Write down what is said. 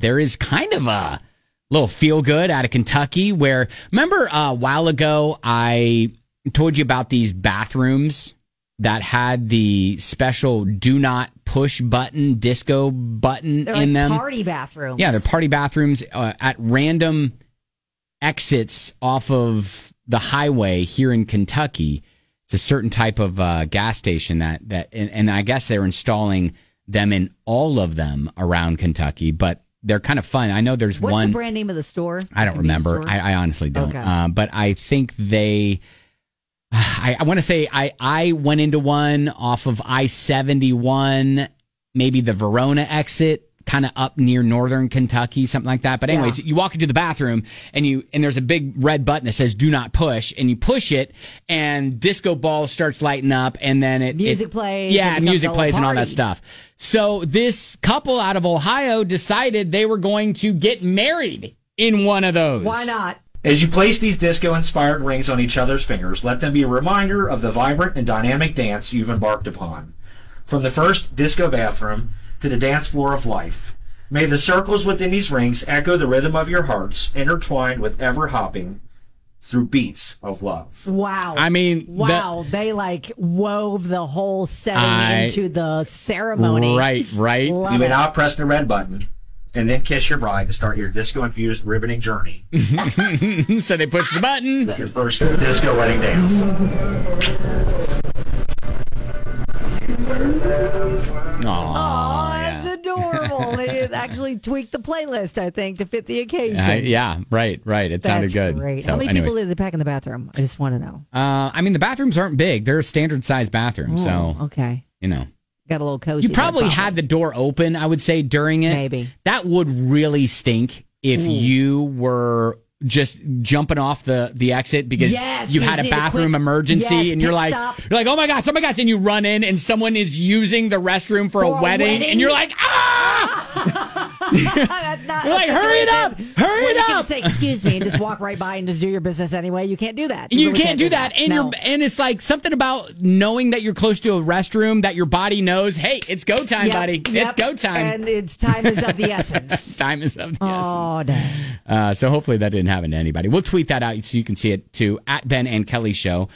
there is kind of a little feel good out of Kentucky where remember uh, a while ago I told you about these bathrooms that had the special do not push button disco button They're in like them. party bathrooms. Yeah, they're party bathrooms uh, at random exits off of the highway here in Kentucky. It's a certain type of uh, gas station that that, and, and I guess they're installing them in all of them around Kentucky, but they're kind of fun. I know there's What's one. the brand name of the store? I don't Convenience remember. store? I, I honestly don't. Okay. Uh, but I think they. I, I want to say I I went into one off of I seventy one, maybe the Verona exit, kind of up near northern Kentucky, something like that. But anyways, you walk into the bathroom and you and there's a big red button that says "Do not push," and you push it, and disco ball starts lighting up, and then it Music it- plays, yeah, it becomes music a plays and all that party. stuff. So this couple out of Ohio decided they were going to get married in one of those. Why not? As you place these disco inspired rings on each other's fingers, let them be a reminder of the vibrant and dynamic dance you've embarked upon. From the first disco bathroom to the dance floor of life, may the circles within these rings echo the rhythm of your hearts, intertwined with ever hopping through beats of love. Wow. I mean, the- wow. they like wove the whole setting I- into the ceremony. Right, right. Love You may it. now press the red button and then kiss your bride to start your disco infused ribboning journey. so they push the button. Your first disco wedding dance. Aww. Oh, that's adorable. they actually tweaked the playlist, I think, to fit the occasion. I- Uh, yeah, right, right. It sounded that's good. Great. So, How many anyways. people did they pack in the bathroom? I just want to know. Uh, I mean, the bathrooms aren't big. They're a standard sized bathroom. so, okay. you know. Got a little cozy. You there, probably had the door open, I would say, during it. Maybe. That would really stink if you were just jumping off the, the exit because Yes, you you had just a need a bathroom quick- emergency yes, and you're pit like stop. you're like, Oh my gosh, oh my gosh, and you run in and someone is using the restroom for, For a wedding? and you're like, Ah that's not. You're a like, "Hurry it up! situation Hurry where it you can up!" Say excuse me and just walk right by and just do your business anyway. You can't do that. you really can't do that. And No. you're and it's like something about knowing that you're close to a restroom that your body knows, hey, it's go time, Yep, buddy. yep, It's go time. And it's time is of the essence. time is of the essence. Oh, dang. Uh, so hopefully that didn't happen to anybody. We'll tweet that out so you can see it too at Ben and Kelly Show.